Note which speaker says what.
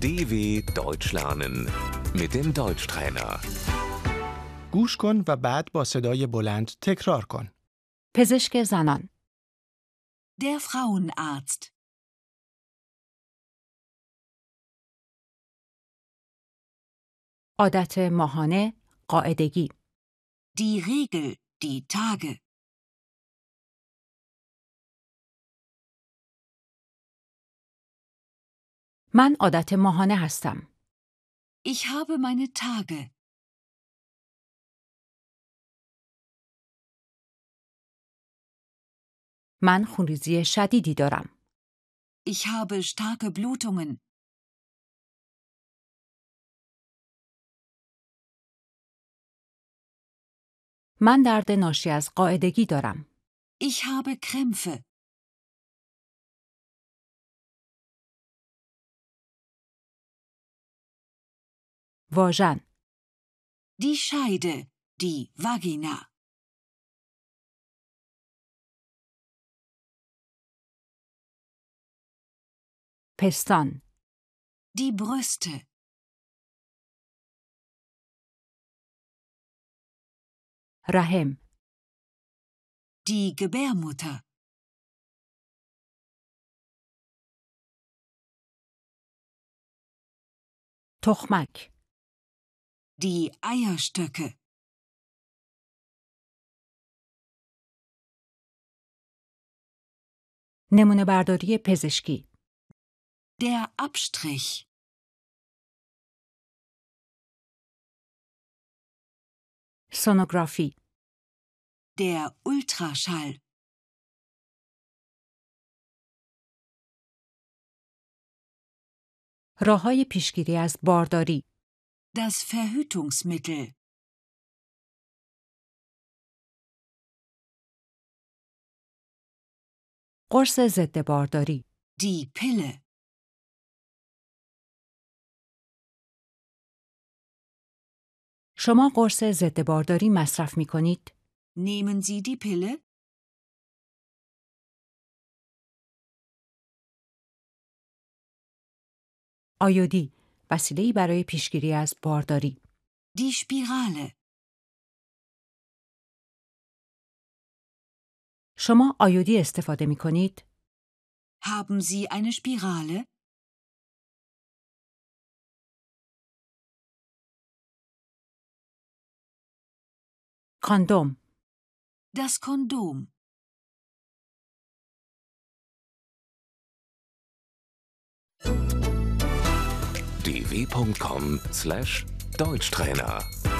Speaker 1: DW Deutsch lernen mit dem Deutschtrainer.
Speaker 2: گوش کن و بعد با صدای بلند تکرار کن.
Speaker 3: پزشک زنان
Speaker 4: Der Frauenarzt.
Speaker 3: عادت ماهانه قاعدگی
Speaker 4: Die Regel. Die Tage.
Speaker 3: من عادت ماهانه هستم
Speaker 4: Ich habe meine Tage.
Speaker 3: من خونریزی شدیدی دارم
Speaker 4: Ich habe starke Blutungen.
Speaker 3: من درد ناشی از قاعدگی دارم
Speaker 4: Ich habe Krämpfe.
Speaker 3: واژن
Speaker 4: Die Scheide. Die Vagina.
Speaker 3: پستان
Speaker 4: Die Brüste.
Speaker 3: رحم
Speaker 4: Die Gebärmutter.
Speaker 3: تخمک
Speaker 4: Die Eierstöcke.
Speaker 3: نمونه برداری پزشکی
Speaker 4: Der Abstrich.
Speaker 3: سونوگرافی
Speaker 4: Der Ultraschall.
Speaker 3: راه های پیشگیری از بارداری
Speaker 4: Das Verhütungsmittel.
Speaker 3: قرص ضد بارداری
Speaker 4: Die Pille.
Speaker 3: شما قرص ضد بارداری مصرف می کنید
Speaker 4: Nehmen Sie die Pille?
Speaker 3: آیودی وسیله‌ای برای پیشگیری از بارداری
Speaker 4: Die Spirale.
Speaker 3: شما آیودی استفاده می کنید
Speaker 4: Haben Sie eine Spirale?
Speaker 3: کاندوم
Speaker 4: Das Kondom.
Speaker 1: dw.com/deutschtrainer